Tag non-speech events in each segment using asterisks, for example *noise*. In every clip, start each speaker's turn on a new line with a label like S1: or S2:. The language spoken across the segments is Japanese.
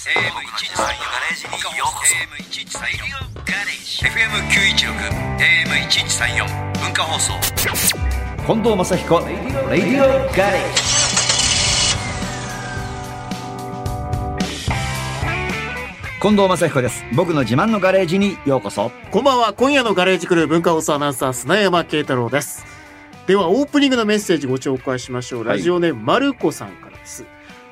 S1: FM913 ガレージにようこそ AM1134 ガレージ FM916 AM1134 文化放送
S2: 近藤正彦レディオガレージ近藤正彦です僕の自慢のガレージにようこそ
S3: こんばんは。今夜のガレージクルー文化放送アナウンサー、砂山慶太郎です。では、オープニングのメッセージご紹介しましょう。
S2: はい
S3: ラジオネーム、まるこさんからです。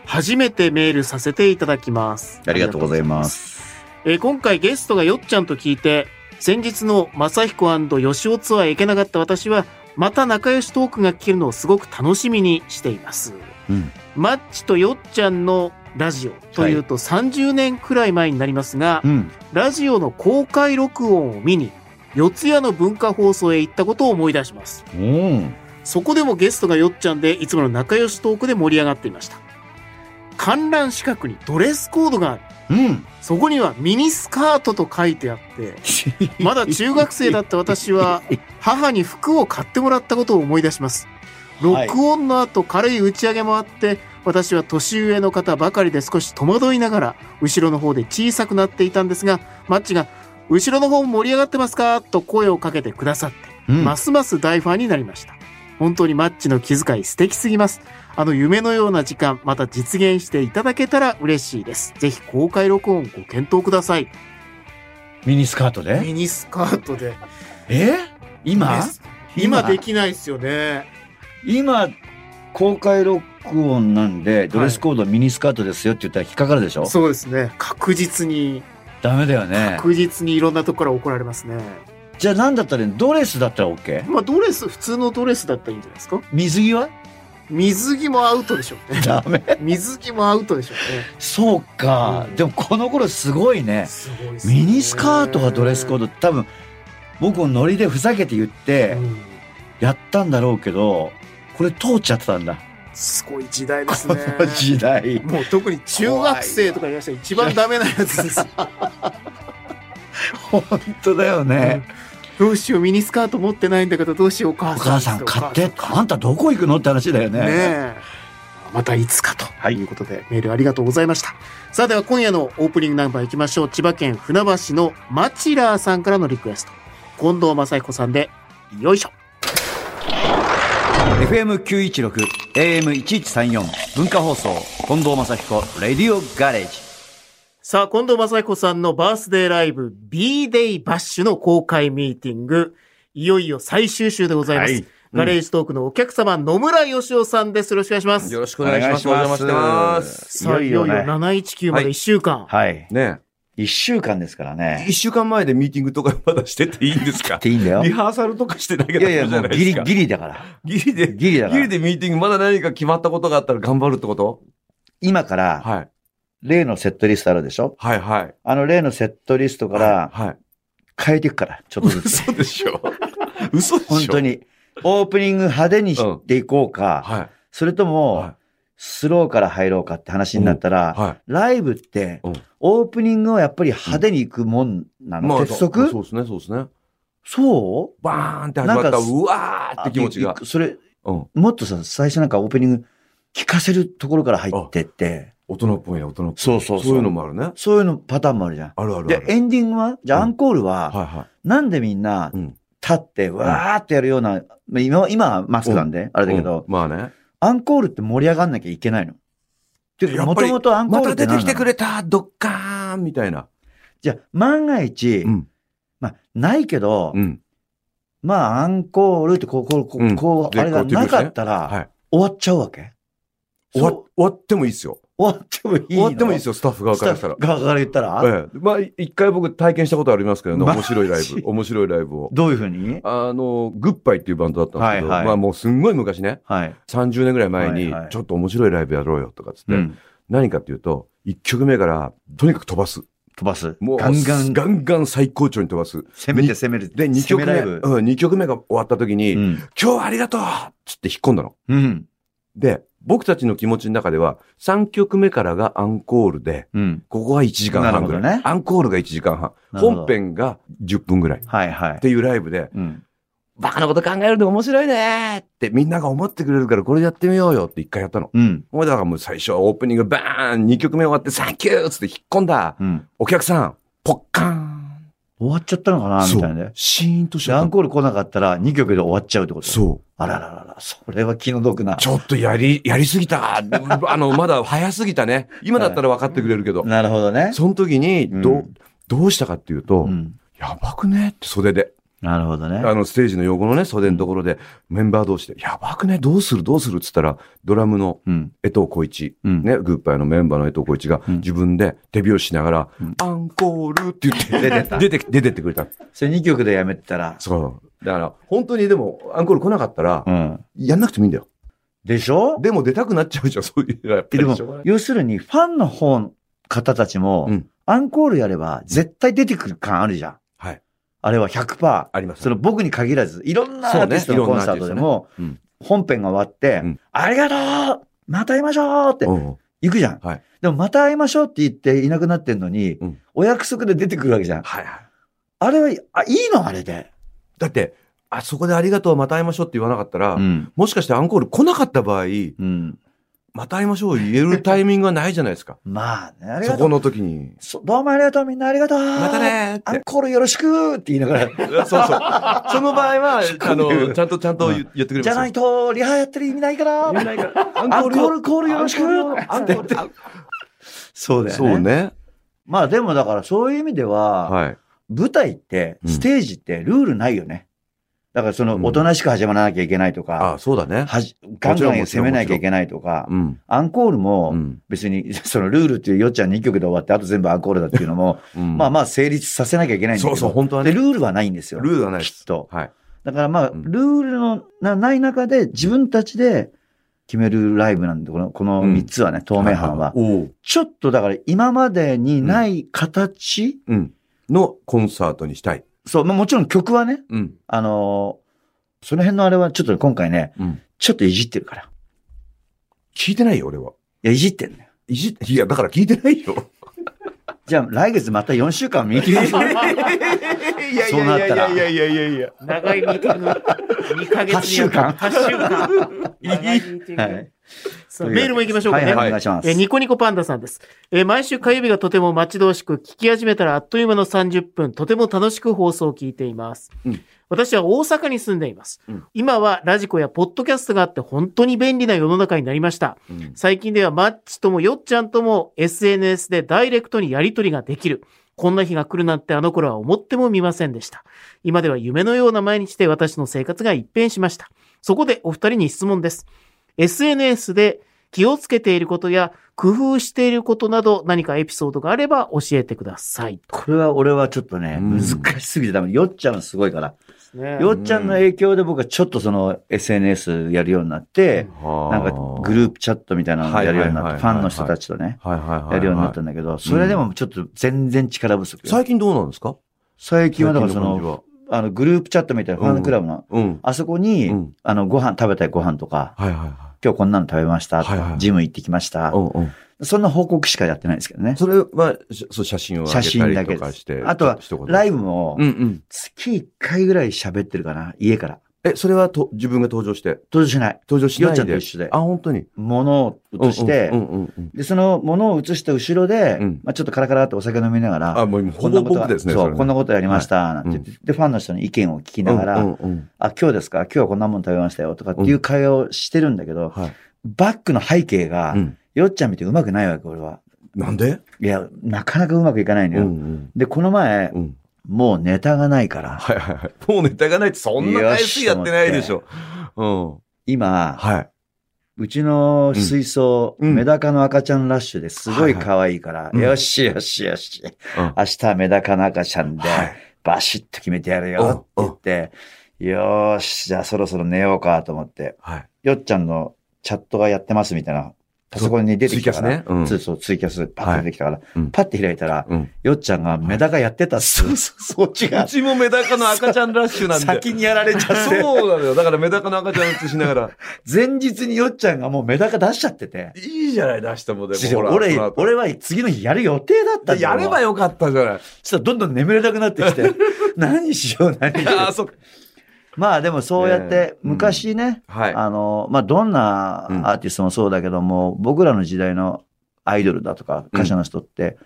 S3: 初めてメールさせていただきます。
S2: ありがとうございます
S3: えー今回ゲストがよっちゃんと聞いて、先日の正彦吉尾ツアーへ行けなかった私は、また仲良しトークが聞けるのをすごく楽しみにしています。
S2: うん
S3: マッチとよっちゃんのラジオというと30年くらい前になりますが、
S2: うん
S3: ラジオの公開録音を見に、四谷の文化放送へ行ったことを思い出します。
S2: うん
S3: そこでもゲストがよっちゃんで、いつもの仲良しトークで盛り上がっていました。観覧資格にドレスコードがある。
S2: *laughs* うん
S3: そこにはミニスカートと書いてあって、まだ中学生だった私
S2: *laughs*
S3: は、母に服を買ってもらったことを思い出します。ロックオンの後、軽い打ち上げもあって、私は年上の方ばかりで少し戸惑いながら、後ろの方で小さくなっていたんですが、マッチが、後ろの方盛り上がってますかと声をかけてくださって、
S2: うん
S3: ますます大ファンになりました。本当にマッチの気遣い素敵すぎます。あの夢のような時間、また実現していただけたら嬉しいです。ぜひ公開録音ご検討ください。
S2: ミニスカートで
S3: ミニスカートで。
S2: え今
S3: 今できないですよね。
S2: 今公開録音なんでドレスコードミニスカートですよって言ったら引っかかるでしょ、
S3: そうですね。確実に、
S2: ダメだよね
S3: 確実にいろんなところから怒られますね。
S2: じゃあ何だったらいいのドレスだったら OK
S3: まあドレス、普通のドレスだったらいいんじゃないですか
S2: 水着
S3: *laughs*
S2: は
S3: 水着もアウトでしょうね。
S2: ダメ
S3: *laughs* 水着もアウトでしょうね。
S2: そうか、
S3: うん
S2: でもこの頃すごいね
S3: すごいですね
S2: ミニスカートがドレスコードって多分僕もノリでふざけて言って
S3: うん
S2: やったんだろうけどこれ通っちゃってたんだ、
S3: すごい時代です
S2: こ
S3: ね。
S2: の *laughs* 時代
S3: もう特に中学生とかいらっしゃる一番ダメなやつです。
S2: 本当だよね、
S3: どうしよう、ミニスカート持ってないんだけど、どうしよう、お母
S2: お
S3: さ
S2: 母
S3: ん。
S2: さん買って
S3: お母
S2: あんたどこ行くのって話だよ
S3: さん
S2: ね
S3: ねえ。またいつかと
S2: はい
S3: いうことで、メールありがとうございました。さあでは今夜のオープニングナンバーいきましょう。千葉県船橋のマチラーさんからのリクエスト。近藤正彦さんで、よいしょ。
S2: FM916 AM1134 文化放送近藤正彦レディオガレージ
S3: さあ、近藤正彦さんのバースデーライブ B-Day バッシュの公開ミーティング。いよいよ最終週でございます。
S2: はいうん
S3: ガレージトークのお客様、野村義雄さんです。よろしくお願いします。
S4: よろしくお願いします。お邪魔してます。
S3: さあ、いよいよ719まで1週間。
S2: はい
S4: ね
S2: 1週間ですからね
S4: 一週間前でミーティングとかまだしててい *laughs* いんですか
S2: っていいんだよ
S4: リハーサルとかしてなきゃ
S2: い
S4: ダ
S2: やい
S4: メ
S2: や
S4: じ
S2: も
S4: ゃ
S2: う
S4: な
S2: ギ
S4: いで
S2: リ
S4: すか。
S2: ギリだから
S4: ギリ、ギリで、
S2: ギリだか
S4: ギ
S2: ら
S4: リでミーティング、まだ何か決まったことがあったら頑張るってこと
S2: 今から
S4: はい。
S2: 例のセットリストあるでしょ
S4: はいはい。
S2: あの例のセットリストから
S4: はい。
S2: 変えていくからちょっとずつ
S4: 嘘でしょ *laughs* 嘘でしょ
S2: 本当。にオープニング派手にしていこうか、
S4: は
S2: それと
S4: い。
S2: も、
S4: は
S2: スローから入ろうかって話になったら、
S4: い。は
S2: ライブって
S4: うん、。
S2: オープニングをやっぱり派手に行くもんないの、鉄則
S4: そうですね、そうですね。
S2: そう
S4: バーンって始まった
S2: なんか
S4: ら、うわーって気持ちが
S2: あい。それ、
S4: うん。
S2: もっとさ、最初なんかオープニング聞かせるところから入ってって、
S4: 大人っぽいね、大人っぽい。
S2: そうそうそう
S4: そういうのもあるね。
S2: そういうのパターンもあるじゃん。
S4: あるあるあ
S2: で、
S4: る。
S2: エンディングはじゃあ
S4: うん
S2: アンコールは、
S4: はいは。
S2: なんでみんない
S4: うん。
S2: 立ってわーってやるような、まあ今は、今はマスクなんで、あれだけど、
S4: うんまあね。
S2: アンコールって盛り上がんなきゃいけないの。て
S4: や
S2: か、も
S4: っぱ
S2: と
S4: り
S2: もとアンコ
S4: ま
S2: ール
S4: た
S2: って
S4: 出
S2: 何
S4: て
S2: なの
S4: きてくれた、ドッカーンみたいな。
S2: じゃあ、万が一、
S4: うん。
S2: まあ、ないけど、
S4: うん。
S2: まあ、アンコールって、こう、こう、こ
S4: う
S2: う、
S4: ん
S2: こう
S4: で
S2: あれが
S4: こうや
S2: な
S4: ってくる
S2: か
S4: んですね
S2: ったら、
S4: はい。
S2: 終わっちゃうわけそう
S4: 終わ終わってもいいですよ。
S2: 終わってもいいの
S4: 終わってもいいですよ、スタッフ側
S2: ス
S4: か
S2: タ
S4: ら
S2: ッ
S4: したら
S2: フ。側から言ったら、
S4: ええ、まあ、一回僕体験したことありますけどね、
S2: マジ
S4: 面白いライブ、面白いライブを。
S2: どういうふうに
S4: あの、グッバイっていうバンドだったんですけど、
S2: はいはい
S4: まあもうすんごい昔ね、
S2: はい。
S4: 30年ぐらい前に、
S2: はいはい
S4: ちょっと面白いライブやろうよとかっつって、
S2: うん。
S4: 何かっていうと、1曲目から、とにかく飛ばす。
S2: 飛ばす。
S4: もう、
S2: ガンガン
S4: ガンガン最高潮に飛ばす。
S2: 攻めて攻める。
S4: で、2曲
S2: 攻め
S4: 目、
S2: ライブ。
S4: うん、2曲目が終わった時に、
S2: うん。
S4: 今日はありがとうっつって引っ込んだの。
S2: うん。
S4: で、僕たちの気持ちの中では、3曲目からがアンコールで、
S2: うん。
S4: ここは1時間半ぐらい。
S2: なるほどね
S4: アンコールが1時間半。
S2: なるほど
S4: 本編が10分ぐらい。っ
S2: はいはい。
S4: ていうライブで、
S2: うん。
S4: バカなこと考えるの面白いねってみんなが思ってくれるからこれやってみようよって一回やったの。
S2: うん。
S4: もうだからもう最初オープニングバーン !2 曲目終わってサンキューっつって引っ込んだ。
S2: うん。
S4: お客さん、ポッカーン
S2: 終わっちゃったのかなみたいな
S4: そう
S2: ね。
S4: シーンとし
S2: で
S4: て
S2: アンコール来なかったら2曲で終わっちゃうってこと
S4: そう。
S2: あらららら、それは気の毒な。
S4: ちょっとやり、やりすぎた。 *laughs* あの、まだ早すぎたね。今だったら分かってくれるけど。
S2: なるほどね。
S4: その時に、ど、
S2: う
S4: うどうしたかっていうと、
S2: うん。
S4: やばくねって袖で。
S2: なるほどね。
S4: あの、ステージの横のね、袖のところで、メンバー同士で、やばくねどうするどうするっつったら、ドラムの
S2: うん。
S4: 江藤浩一、
S2: うん。
S4: ね、グッパイのメンバーの江藤浩一が、
S2: うん
S4: 自分で手拍子しながら、
S2: うん
S4: アンコールって言って、
S2: 出てった
S4: 出て、出てってくれた。
S2: それ2曲でやめてたら。
S4: そう。だから、本当にでも、アンコール来なかったら
S2: う、ん。
S4: やんなくてもいいんだよ。
S2: でしょ
S4: でも出たくなっちゃうじゃん、そういうのはやっぱ
S2: で
S4: り
S2: も
S4: しょうがない、
S2: 要するにファンの方の方たちも、
S4: うん
S2: アンコールやれば絶対出てくる感あるじゃん。
S4: はい。
S2: あれは100%。
S4: あります
S2: その僕に限らず、いろんなアーティストの
S4: そうね
S2: コンサートでも
S4: いろんなアーティス、
S2: 本編が終わって、
S4: うん
S2: ありがとうまた会いましょうって
S4: うんうん
S2: 行くじゃん。
S4: はい
S2: でもまた会いましょうって言っていなくなってんのに、
S4: うん
S2: お約束で出てくるわけじゃん。
S4: はいはい。
S2: あれは、あ、いいのあれで。
S4: だって、あそこでありがとう、また会いましょうって言わなかったら、
S2: ん。
S4: もしかしてアンコール来なかった場合、
S2: うん。。
S4: また会いましょう言えるタイミングがないじゃないですか
S2: まあね、あり
S4: そ
S2: がと
S4: こ
S2: う。
S4: の時に。
S2: そどうもありがとうみんなありがとう
S4: またね
S2: ア
S4: ーっ
S2: ン
S4: て。
S2: コールよろしくって言いながら、
S4: そうそう。 *laughs* その場合
S2: *laughs*
S4: は、あの、ちゃんとちゃんと言,、ってくれますよ。
S2: じゃないと、リハやってる意味ないから、
S4: 言えないから。ア
S2: *laughs* アンコールコールよろしく
S4: アンコールアンコール
S2: そうだよね。
S4: そうね。
S2: まあでもだからそういう意味では、
S4: はい。
S2: 舞台って、
S4: うん
S2: ステージってルールないよね。だからその、
S4: うん
S2: おとなしく始まらなきゃいけないと
S4: あ
S2: か、
S4: そうだね。
S2: はじガンガ
S4: もちろん
S2: ン
S4: も
S2: 攻
S4: ちろん
S2: めなきゃいけないとか、
S4: うん。
S2: アンコール
S4: う
S2: も
S4: ん。
S2: 別に、 *laughs* そのルールっていうよっちゃん2曲で終わって、あと全部アンコールだっていうのも、
S4: うん
S2: まあまあ成立させなきゃいけないんだけ
S4: そ
S2: ど、
S4: うそう、本当は
S2: で、
S4: ね。
S2: ルールはないんですよ。
S4: ルールはないで
S2: きっ
S4: す。
S2: と。
S4: はい。
S2: だからまあ、
S4: うん
S2: ルールのなない中で自分たちで決めるライブなんで、この、この
S4: うん
S2: 3つはね、透明版は。
S4: おう
S2: ちょっとだから今までにない形、
S4: うん。のコンサートにしたい。
S2: そう、まあもちろん曲はね、
S4: うん。
S2: あのーその辺のあれはちょっと今回ね、
S4: うん。
S2: ちょっといじってるから。い
S4: 聞いてないよ、俺は。
S2: や、いじってんのよ。
S4: いじ、いや、だから聞いてないよ。
S2: じゃあ来月また4週間見て
S3: *laughs*
S4: いや
S2: そうなったら
S4: いやいやいや。
S5: 長いミーティング、2ヶ月に
S2: 8週間
S5: 8週間。長いミーティング。
S2: はい。
S3: さあメールも行きましょうかね。
S2: はい、はい、お願いします。
S3: えーニコニコパンダさんです。えー毎週火曜日がとても待ち遠しく、聞き始めたらあっという間の30分、とても楽しく放送を聞いています。
S4: うん
S3: 私は大阪に住んでいます、
S4: うん
S3: 今はラジコやポッドキャストがあって本当に便利な世の中になりました。
S4: うん
S3: 最近ではマッチともよっちゃんとも SNS でダイレクトにやり取りができる。こんな日が来るなんてあの頃は思ってもみませんでした。今では夢のような毎日で私の生活が一変しました。そこでお二人に質問です。SNS で気をつけていることや工夫していることなど何かエピソードがあれば教えてください。
S2: これは俺はちょっとね、
S4: うん
S2: 難しすぎてダメ。よっちゃんはすごいから。
S3: ね
S2: よっちゃんの影響で僕はちょっとその SNS やるようになって、
S4: な
S2: なんかグループチャットみたいなのをやるように
S4: はいはい
S2: なって、
S4: はいはい
S2: ファンの人たちとね、
S4: はいはいはいはい。
S2: やるようになったんだけど、それでもちょっと全然力不足よ。
S4: 最近どうなんですか
S2: 最近はだからそ
S4: 最近
S2: の、
S4: の
S2: あのグループチャットみたいなファンクラブの、
S4: 感じはうん。
S2: あそこに、
S4: うん
S2: あの、ご飯、食べたいご飯とか、
S4: はいはいは
S2: 今日こんなの食べました、
S4: はいはい
S2: ジム行ってきました、
S4: い。うんうん。
S2: そんな報告しかやってないですけどね。
S4: それは、しそう、写真を上げたりとかして。
S2: あとは、ライブも
S4: ブうん、うん。
S2: 月1回ぐらい喋ってるかな、家から。
S4: え、それはと自分が登場して。
S2: 登場しない。
S4: 登場しない
S2: よっ
S4: で。
S2: ちゃんと一緒で
S4: あ、本当に。
S2: 物を映して、
S4: うんうんうんうん。
S2: で、その物を映した後ろで、
S4: うん
S2: まあちょっとカラカラってお酒飲みながら、
S4: あ、もう今
S2: こ
S4: ほ
S2: んな
S4: ぼ
S2: ことは
S4: 僕ですね。
S2: そう、
S4: れね
S2: こんなことやりました、なんて言って、で、ファンの人の意見を聞きながら、
S4: うんうんうん
S2: あ、今日ですか今日はこんなもん食べましたよとかっていう会話をしてるんだけど、
S4: はい。
S2: バックの背景が、
S4: うん
S2: よっちゃん見てうまくないわけ、俺は。
S4: なんで
S2: いや、なかなかうまくいかないの
S4: う
S2: よ。
S4: んうん。
S2: で、この前、
S4: うん。
S2: もうネタがないから、
S4: はいはいはい。もうネタがないってそんな回数やってないでしょ。うん。
S2: 今、
S4: はい。
S2: うちの水槽、
S4: うん
S2: メダカの赤ちゃんラッシュですごい
S4: はいはい
S2: 可愛いから、
S4: うん
S2: よしよしよし、
S4: うん
S2: 明日はメダカの赤ちゃんで、
S4: はい
S2: バシッと決めてやるよって言って、よーし、じゃあそろそろ寝ようかと思って、
S4: はい。
S2: よっちゃんのチャットがやってますみたいな、パソコンに出てきたから、
S4: ツイキャスねうん
S2: そうそう、ツイキャスパッと出てきたから、
S4: うん
S2: パッて開いたら、
S4: うん。
S2: よっちゃんがメダカやってたっす。そっち
S4: うちもメダカの赤ちゃんラッシュなんで。
S2: 先にやられちゃって、
S4: そうなのよ。だからメダカの赤ちゃん映しながら。
S2: 前日によっちゃんがもうメダカ出しちゃってて、
S4: いいじゃない、出したもんでも。ほら
S2: 俺、
S4: その後
S2: 俺は次の日やる予定だったんだ
S4: やれば
S2: よ。
S4: よかったじゃない。 *laughs*
S2: そしたらどんどん眠れなくなってきて、何しよう、何しよ
S4: ああ、
S2: う。
S4: そっか。
S2: まあでもそうやっ
S4: ね
S2: て、
S4: うん
S2: 昔ね、
S4: はい。
S2: あの、まあ、どんなアーティストもそうだけども、僕らの時代のアイドルだとか、歌手の人って、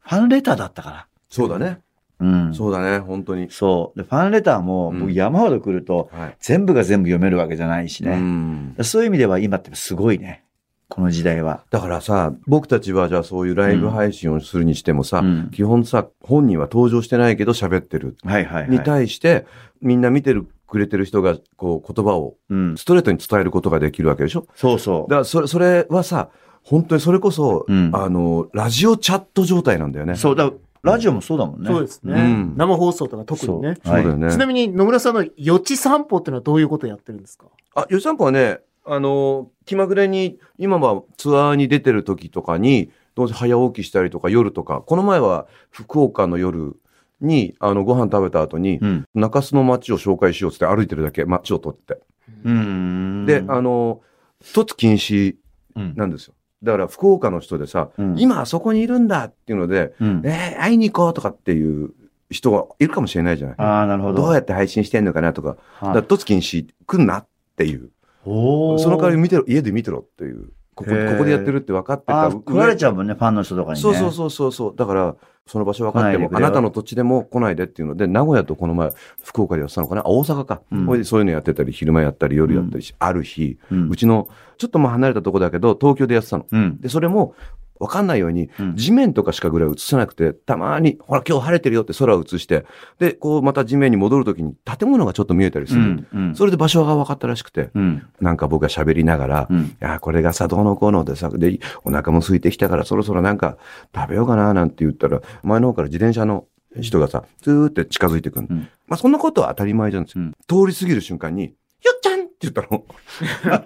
S2: ファンレターだったか
S4: そうだね。
S2: ら。うん。
S4: そうだね。本当に。
S2: そう。で、ファンレターも、
S4: うん
S2: 僕山ほど来ると、
S4: はい。
S2: 全部が全部読めるわけじゃないし
S4: う
S2: ね。
S4: ん
S2: そういう意味では今ってすごいね。この時代は。
S4: だからさ、僕たちはじゃあそういうライブ配信をするにしてもさ、
S2: うん
S4: 基本さ、本人は登場してないけど喋ってる。
S2: はいはい
S4: に
S2: はい。
S4: 対して、みんな見てる、くれてる人が、こう、言葉を
S2: うん。
S4: ストレートに伝えることができるわけでしょ
S2: そうそ
S4: だから、それ、それはさ、本当にそれこそ、
S2: うん
S4: あの、ラジオチャット状態なんだよね。
S2: う。そう、だからラジオもそうだもんね。
S3: そうですね、
S4: うん
S3: 生放送とか特にね。
S4: そうだよね。
S3: ちなみに野村さんの予知散歩ってのはどういうことやってるんですか
S4: あ、吉さんぽはね、あの、気まぐれに、今はツアーに出てる時とかに、どうせ早起きしたりとか夜とか、この前は福岡の夜に、あの、ご飯食べた後に、
S2: うん。
S4: 中洲の街を紹介しようっつって歩いてるだけ、街を撮って。
S2: うん。
S4: で、あの、一つ禁止
S2: うん、
S4: なんですよ。だから福岡の人でさ、
S2: うん
S4: 今あそこにいるんだっていうので、
S2: うん
S4: えー会いに行こうとかっていう人がいるかもしれないじゃない。
S2: ああ、なるほど。
S4: どうやって配信してんのかなとか、だ
S2: は
S4: か
S2: い
S4: ら、突禁止来んなっていう。
S2: おー
S4: その代わり見てろ、家で見てろっていう。ここ、
S2: へー
S4: ここでやってるって分かってた
S2: あ
S4: ら。
S2: ー来られちゃうもんね、ファンの人とかにね。
S4: そうそうそうそうそう。だから、その場所分かっても
S2: 来ないで、く
S4: あ
S2: れよ
S4: なたの土地でも来ないでっていうので、名古屋とこの前、福岡でやってたのかなあ大阪か。
S2: うん
S4: これでそういうのやってたり、昼間やったり、夜やったりし、ある日、
S2: うん。
S4: うちの、ちょっとまあ離れたとこだけど、東京でやってたの。
S2: うん。
S4: で、それも、分かんないように、
S2: うん
S4: 地面とかしかぐらい映さなくて、たまに、ほら、今日晴れてるよって空を映して、で、こう、また地面に戻るときに、建物がちょっと見えたりす
S2: う
S4: る。
S2: ん。うん。
S4: それで場所が分かったらしくて、
S2: うん。
S4: なんか僕が喋りながら、 *laughs*
S2: うん。
S4: いや、これがさ、どうのこうのでさ、で、お腹も空いてきたから、そろそろなんか食べようかな、なんて言ったら、前の方から自転車の人がさ、ずーって近づいてくる、
S2: うん
S4: まあ、そんなことは当たり前じゃんですよ。
S2: うん
S4: 通り過ぎる瞬間に、よっちゃんって言ったの。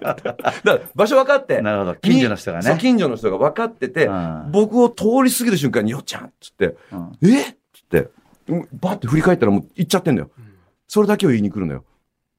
S4: だから、場所分かって、
S2: なるほど。近所の人が
S4: そう
S2: ね。
S4: 近所の人が分かってて、
S2: うん
S4: 僕を通り過ぎる瞬間に、よっちゃんって言って、
S2: うん
S4: えっつって、うんバって振り返ったらもう行っちゃってんだよ。それだけを言いに来るのよ。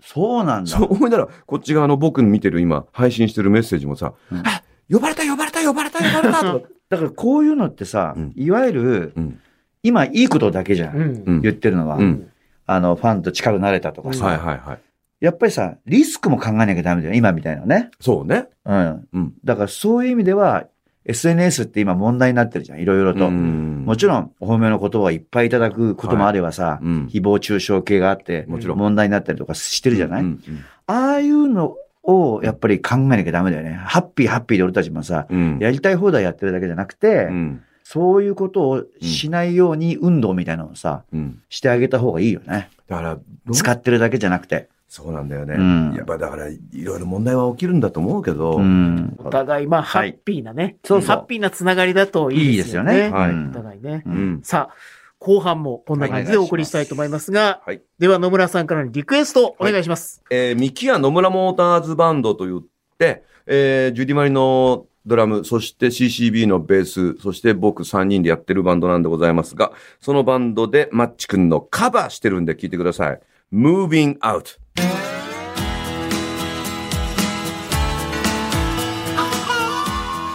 S2: そうなんだ
S4: そ。う思いなら、こっち側の僕の見てる今、配信してるメッセージもさ、
S2: うん
S4: あ呼ばれた呼ばれた呼ばれた呼ばれたとか。
S2: だからこういうのってさ
S4: うん、
S2: いわゆる
S4: *laughs* うん、
S2: 今いいことだけじゃ。
S3: うんん。
S2: 言ってるのは
S4: う、ん。
S2: あの、ファンと近くなれたとか
S4: はい
S2: さ。
S4: はいはい。
S2: やっぱりさ、リスクも考えなきゃダメだよ。今みたいなね。
S4: そうね。
S2: うん。
S4: うん。
S2: だからそういう意味では、SNS って今問題になってるじゃん。いろいろと。も
S4: も
S2: ちろん、お褒めの言葉をいっぱいいただくこともあればさ、
S4: うん
S2: 誹謗中傷系があって、
S4: もちろん
S2: 問題になったりとかしてるじゃない、
S4: うん
S2: ああいうのをやっぱり考えなきゃダメだよね。ハッピーハッピーで俺たちもさ、
S4: うん。
S2: やりたい放題やってるだけじゃなくて、
S4: うん。
S2: そういうことをしないように運動みたいなのをさ、
S4: うん。
S2: してあげた方がいいよね。
S4: だから、
S2: 使ってるだけじゃなくて。
S4: そうなんだよね。
S2: うん
S4: やっぱだから、いろいろ問題は起きるんだと思うけど、
S2: うん。
S3: お互い、まあ、ハ
S2: はい
S3: ッピーなね。
S2: そうそう
S3: ハッピーなつながりだとい
S2: い
S3: い
S2: い
S3: で
S2: ですす
S3: よ
S2: よね。
S3: ね。
S4: はい
S2: うん
S3: お互いね。
S4: う
S2: うんん。
S3: さあ、後半もこんな感じでお送りしたいと思いますが、
S4: はい
S3: では野村さんからのリクエストお願いします。
S4: えー、ミキア野村モーターズバンドと言って、えー、ジュディマリのドラム、そして CCB のベース、そして僕3人でやってるバンドなんでございますが、そのバンドでマッチ君のカバーしてるんで聞いてください。Moving Out。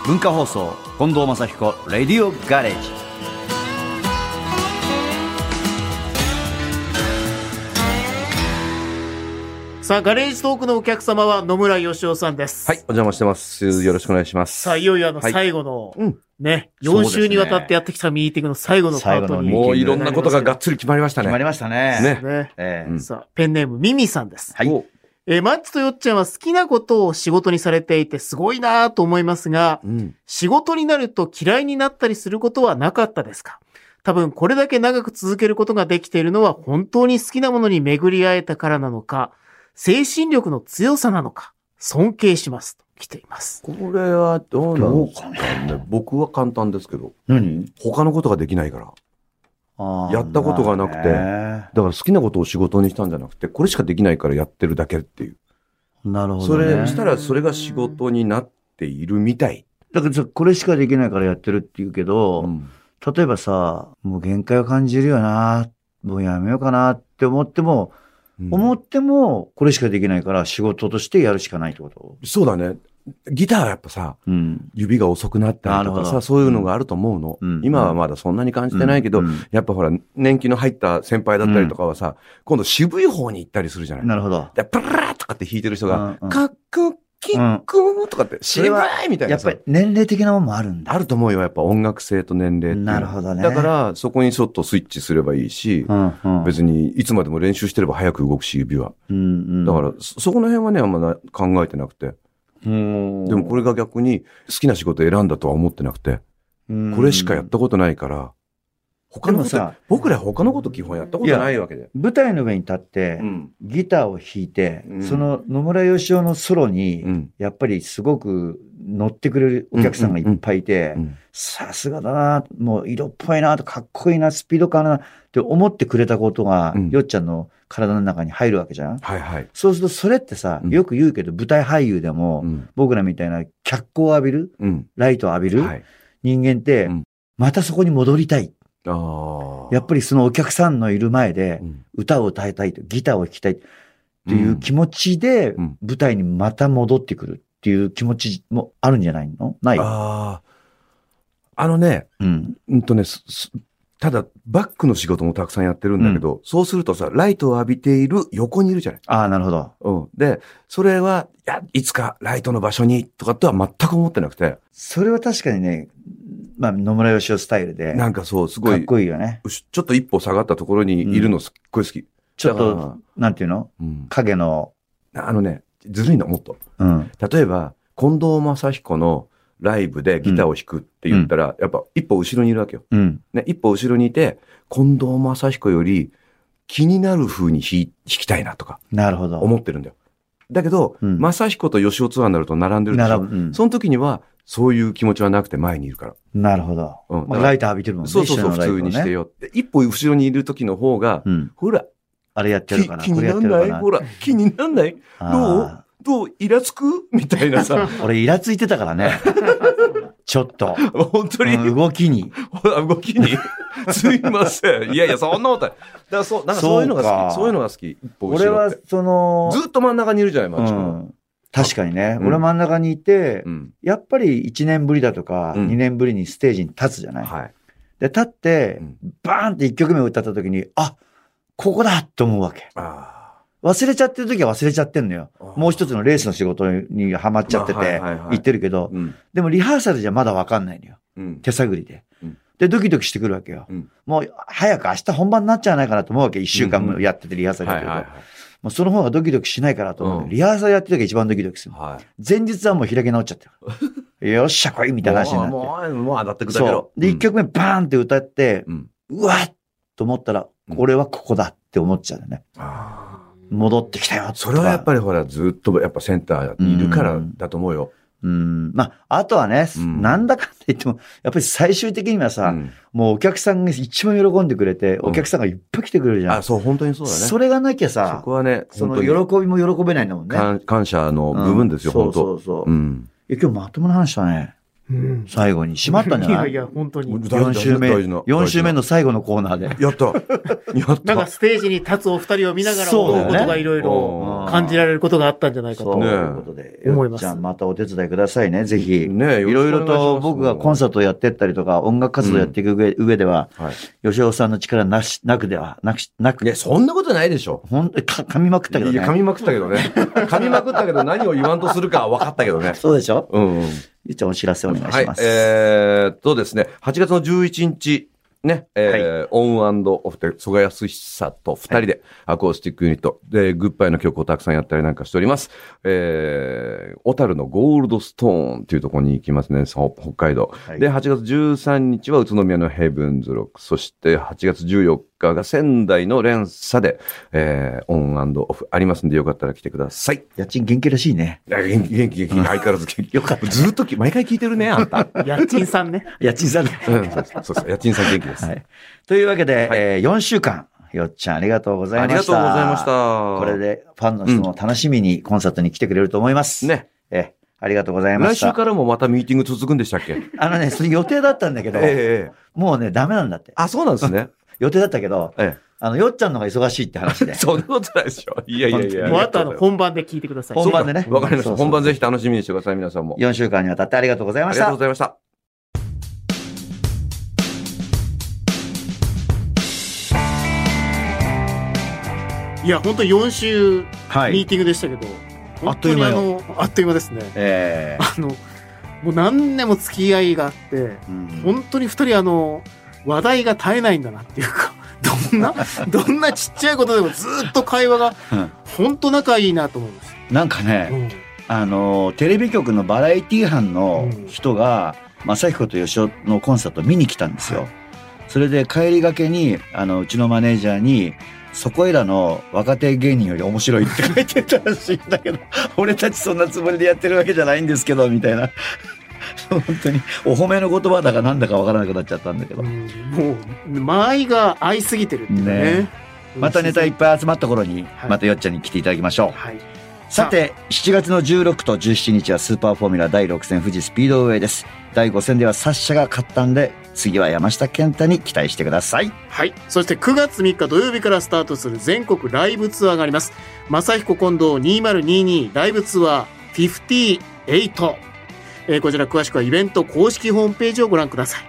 S2: 文化放送、近藤正彦、レディオガレージ。
S3: さあ、ガレージトークのお客様は野村義雄さんです。
S4: はい、お。邪魔してます。よろしくお願いします。
S3: さあ、いよいよあの
S4: はい
S3: 最後の、
S4: うん
S3: ね、
S2: そう
S3: 4
S2: ですね
S3: 週にわたってやってきたミーティングの最後のパート
S2: 最後の
S3: に。
S4: もういろんなことががっつり決まりました
S2: 決まり
S4: ね。
S2: ましたね。
S4: ね
S3: ね。
S2: ええ
S4: うん
S3: さあ、ペンネーム、ミミさんです。
S2: はい
S4: お
S3: えーマッチとよっちゃんは好きなことを仕事にされていてすごいなぁと思いますが、
S4: うん。
S3: 仕事になると嫌いになったりすることはなかったですか多分これだけ長く続けることができているのは本当に好きなものに巡り会えたからなのか、精神力の強さなのか、尊敬しますと来ています。
S4: これはどうな
S2: ど
S4: ん
S2: う
S4: です
S2: か
S4: か
S2: ね。
S4: ね。僕は簡単ですけど、
S2: 何
S4: 他のことができないから。やったことがなくて
S2: な
S4: だから好きなことを仕事にしたんじゃなくて、これしかできないからやってるだけっていう。
S2: なるほ
S4: そ
S2: ど、ね。
S4: れしたらそれが仕事になっているみたい。
S2: だからさ、これしかできないからやってるって言うけど、例えばさ、もう限界を感じるよな、もうやめようかなって思っても、
S4: うん
S2: 思っても、これしかできないから仕事としてやるしかないってこと
S4: そうだね。ギターはやっぱさ、
S2: うん。
S4: 指が遅くなったりと
S2: なる
S4: か
S2: ほ
S4: さ、
S2: ど
S4: そういうのがあると思うの。
S2: うん
S4: 今はまだそんなに感じてないけど、
S2: うんうん
S4: やっぱほら、年季の入った先輩だったりとかはさ、今度渋い方に行ったりするじゃない。
S2: なるほど。
S4: で、プラーとかって弾いてる人が、
S2: うんうん
S4: かっこきっこーとかって、渋いみたい
S2: や
S4: な
S2: っ
S4: さ
S2: ぱり。年齢的なもんもあるんだ。
S4: あると思うよ、やっぱ音楽性と年齢っていうのは
S2: なるほどね
S4: だから、そこにちょっとスイッチすればいいし、
S2: うんうん。
S4: 別にいつまでも練習してれば早く動くし、指は。
S2: うんうん。
S4: だから、そそこの辺はね、あんまな考えてなくて。
S2: うん、
S4: でもこれが逆に好きな仕事を選んだとは思ってなくて、
S2: うん
S4: これしかやったことないから、他
S2: でも
S4: のこと
S2: さ、
S4: 僕ら他のこと基本やったことないわけで。
S2: 舞台の上に立って、
S4: うん。
S2: ギターを弾いて、
S4: うん
S2: その野村義雄のソロに、
S4: うん。
S2: やっぱりすごく乗ってくれるお客さんがいっぱいいて、
S4: うん
S2: さすがだな、もう色っぽいな、かっこいいな、スピード感あるなって思ってくれたことが、
S4: うん
S2: よっちゃんの体の中に入るわけじゃん
S4: はいはい。
S2: そうするとそれってさ
S4: う、ん
S2: よく言うけど舞台俳優でも、
S4: うん。
S2: 僕らみたいな脚光を浴びる、
S4: うん。
S2: ライトを浴びる、
S4: はい。
S2: 人間って、
S4: うん
S2: またそこに戻りたい。
S4: ああ。
S2: やっぱ
S4: り、
S2: りそのお客さんのいる前で歌を歌いたいと、ギターを弾きたいっていう気持ちで
S4: うん、
S2: 舞台にまた戻ってくるっていう気持ちもあるんじゃないのない
S4: ああ。あのね、
S2: うん。
S4: うんとね、すすただ、バックの仕事もたくさんやってるんだけど、そうするとさ、ライトを浴びている横にいるじゃない。
S2: ああ、なるほど。
S4: うん。で、それは、いや、いつかライトの場所にとかとは全く思ってなくて、
S2: それは確かにね、まあ、野村義雄スタイルで、
S4: な
S2: か
S4: んかそう、すご
S2: っ
S4: い、
S2: こいいよね。
S4: ちょっと一歩下がったところにいるのすっごい好き。
S2: ちょっ
S4: だから
S2: と、なんていうの
S4: うん
S2: 影の、
S4: あのね、ずるいの、もっと。
S2: うん。
S4: 例えば、近藤正彦のライブでギターを弾くって言ったら、やっぱ一歩後ろにいるわけよ。
S2: うん。
S4: ね、一歩後ろにいて、近藤正彦より気になる風に弾い弾きたいなとか
S2: なるほど。
S4: 思ってるんだよ。だけど、
S2: うん
S4: 正彦と吉尾ツアーになると並んでるでし
S2: 並
S4: ょ。
S2: ぶ。うん
S4: その時には、そういう気持ちはなくて前にいるから。
S2: なるほど。
S4: うん
S2: まあライター浴びてるもんね。
S4: そうそう
S2: 一
S4: そう、
S2: 緒の
S4: 普
S2: ライトを
S4: 通
S2: ね
S4: にして。よって。一歩後ろにいる時の方が、
S2: うん。
S4: ほら、
S2: あれやってる
S4: 気
S2: かな。
S4: 気
S2: こ
S4: に
S2: れやっ
S4: なん
S2: てる
S4: な
S2: か
S4: い
S2: な。
S4: ほら、気になんない
S2: あ
S4: どうイラつくみたい
S2: *laughs*
S4: なさ。
S2: ー俺、イラついてたからね。
S4: *laughs*
S2: ちょっと。
S4: 本当に、
S2: うん動きに。
S4: ほら動
S2: *laughs*
S4: きに。すいません。いやいや、そんなことない。だからそう、なんかそういうのが好き。
S2: そうか
S4: そういうのが好き。一歩後
S2: 俺
S4: ろっ
S2: は
S4: て。、
S2: その、
S4: ずっと真ん中にいるじゃない、
S2: う
S4: マッチ君は。
S2: ん。確かにね。
S4: うん
S2: 俺真ん中にいて
S4: う、ん。
S2: やっぱり1年ぶりだとか、
S4: うん
S2: 2年ぶりにステージに立つじゃない。
S4: はい。
S2: で、立って
S4: うん、
S2: バーンって1曲目を歌った時に、あ、ここだと思うわけ。
S4: あ
S2: 忘れちゃってる時は忘れちゃってんのよ。
S4: ー
S2: もう一つのレースの仕事にハマっちゃって
S4: まあはい
S2: て
S4: はいはい、
S2: 行ってるけど、
S4: うん。
S2: でもリハーサルじゃまだわかんないのよ。
S4: うん。
S2: 手探りで
S4: うん。
S2: で、ドキドキしてくるわけよ
S4: うん。
S2: もう、早く明日本番になっちゃわないかなと思うわけ。一週間
S4: うんう
S2: も
S4: ん
S2: やっててリハーサル
S4: は
S2: やっ
S4: い
S2: てる
S4: はいはい
S2: と。。もうその方がドキドキしないからと思う
S4: うん
S2: けど。リハーサルやってる時が一番ドキドキする。
S4: はい。
S2: 前日はもう開き直っちゃって
S4: *laughs*
S2: る。よっしゃ、来いみたいな話にな
S4: もう
S2: っ
S4: もう、もう当たって
S2: て。
S4: くだけど
S2: そ。う。で、一曲目バーンって歌って
S4: う、ん。
S2: うわっと思ったら、
S4: うん
S2: 俺はここだって思っちゃうよね。
S4: ああ。
S2: *laughs* 戻ってきたよとか。
S4: それはやっぱりほら、ずっとやっぱセンターにいるからだと思うよ。
S2: うん。まあ、あとはね、
S4: うん
S2: なんだかんだ言っても、やっぱり最終的にはさ、
S4: うん
S2: もうお客さんが一番喜んでくれて、
S4: ん
S2: お客さんがいっぱい来てくれるじゃん。
S4: あ、そう、本当にそうだね。
S2: それがなきゃ
S4: そ
S2: さ
S4: こ、はね、
S2: その
S4: 本当
S2: 喜
S4: に
S2: びも喜べないんだもんね。
S4: 感感謝の部分ですよ、
S2: うん
S4: 本当。
S2: そうそうそうう。
S4: ん。
S2: え今日まともな話だね。
S3: うん
S2: 最後に。しまったんじゃない
S4: *laughs*
S3: いやいや、本当に。
S4: 大事
S2: 4週目、
S4: 大事な
S2: 4週目の最後のコーナーで。
S4: や
S2: *laughs*
S4: った。やった。
S3: なんかステージに立つお二人を見ながら、
S2: そうだよね
S3: ことがいろいろ
S2: うん
S3: 感じられることがあったんじゃないか
S2: そう
S3: と。
S4: ね
S2: いうことで。
S3: 思います
S2: じゃあまたお手伝いくださいね、ぜひ。
S4: ねえ
S2: いろいろと
S4: よろしくお願いします
S2: 僕がコンサートをやってったりとか、音楽活動をやっていく上,、上では、
S4: はい。
S2: 吉尾さんの力なし、なくでは、なくし、なく、
S4: いや、そんなことないでしょ。
S2: ほんと、か、噛みまくったけど
S4: いや、噛
S2: ね。
S4: みまくった
S2: *laughs*
S4: けどね。噛みまくったけど何を言わんとするかは分かったけどね。
S2: そうでしょ
S4: うんうん。
S2: ゆうちゃんお知らせお願いします。
S4: はい、えー、っとですね、8月の11日、ね、えーオンオフで、蘇我康久と二人で、アコースティックユニット、で、グッバイの曲をたくさんやったりなんかしております。えー、小樽のゴールドストーンっていうところに行きますね、そう北海道。
S2: はい
S4: で、8月13日は宇都宮のヘブンズロック、そして8月14日が仙台の連鎖で、えー、オンオフありますんで、よかったら来てください。
S2: 家賃元気らしいね。
S4: いや元気、元気、元気、相変わらず元 *laughs* 気。
S2: よかった
S4: ずーっとき、毎回聞いてるね、あんた。
S3: 家賃さんね。
S2: 家賃さんね。
S4: うんそうですそうです。家賃さん元気です。
S2: はい。というわけで、え4週間、よっちゃんありがとうござ
S4: あ
S2: い
S4: り
S2: ま
S4: が
S2: し
S4: とうご
S2: た。
S4: ざいました。
S2: これで、ファンの人も楽しみにコンサートに来てくれると思います。。
S4: ね。
S2: え、ありがとうございま
S4: 来
S2: した。
S4: 週からもまたミーティング続くんでしたっけえ
S2: あのね、それ予定だったんだけ
S4: え
S2: ど、
S4: ええ。
S2: もうね、ダメなんだって。
S4: あ、そうなんですね。
S2: 予定だったけど、
S4: え
S2: あの、よっちゃんの方が忙しいって話で。
S4: *laughs* そんなことないでしょ。いやいやいや。
S3: もうあとあの
S4: りがう
S3: 本番で聞いてください。
S2: 本番でね。
S4: ございますわかりまし
S2: そ
S4: た。
S2: うそう
S4: 本番ぜひ楽しみにしてください、皆さんも。
S2: 4週間にわたってありがとうござい
S4: あ
S2: ま
S4: り
S2: し
S4: が
S2: た
S4: とうご。ざいました。
S3: いや、本当4週
S2: は
S3: ミー。ティングでしたけど、
S2: あっという間よ
S3: 本当にあのあっという間ですね。
S2: え
S3: あの、もう何年も付き合いがあって、
S2: えうん。
S3: 本当に二人あの、話題が絶えないんだなっていうか、どん
S2: *laughs*
S3: な、どんなちっちゃいことでもずっと会話が
S2: うん、
S3: 本当仲いいなと思います。
S2: なんか
S3: う
S2: ね、
S3: ん
S2: あの、テレビ局のバラエティ班の人が、正彦と吉尾のコンサート見に来たんですよ。それで帰りがけに、あの、うちのマネージャーに、そこいらの若手芸人より面白いって書いてたらしいんだけど、 *laughs* 俺たちそんなつもりでやってるわけじゃないんですけど、みたいな。 *laughs* 本当に、お褒めの言葉だかなんだかわからなくなっちゃったんだけど
S3: う。んもう、間合いが合いすぎてるっていうかね。
S2: ねまたネタいっぱい集まった頃に、
S3: はい
S2: またよっちゃんに来ていただきましょう。
S3: はい。
S2: さて、7月の16と17日はスーパーフォーミュラ第6戦富士スピードウェイです。第5戦ではサッシャが勝ったんで、次は山下健太に期待してください。
S3: はい。そして9月3日土曜日からスタートする全国ライブツアーがあります。正彦近藤2022ライブツアー58。えーこちら詳しくはイベント公式ホームページをご覧ください。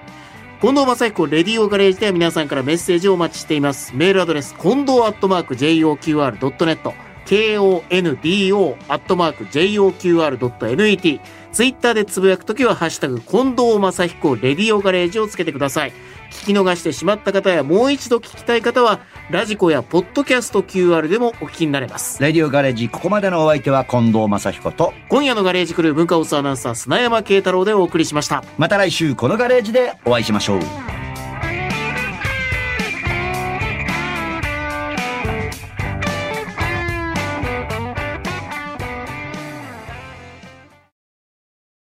S3: 近藤正彦レディオガレージでは皆さんからメッセージをお待ちしています。メールアドレス、近藤アットマーク JOQR.net、KONDO アットマーク JOQR.net、ツイッターでつぶやくときは、ハッシュタグ、近藤正彦レディオガレージをつけてください。聞き逃してしまった方やもう一度聞きたい方はラジコやポッドキャスト QR でもお聞きになれます
S2: レディオガレージ、ここまでのお相手は近藤正彦と、
S3: 今夜のガレージクルー文化放送アナウンサー砂山慶太郎でお送りしました
S2: また来週このガレージでお会いしましょう。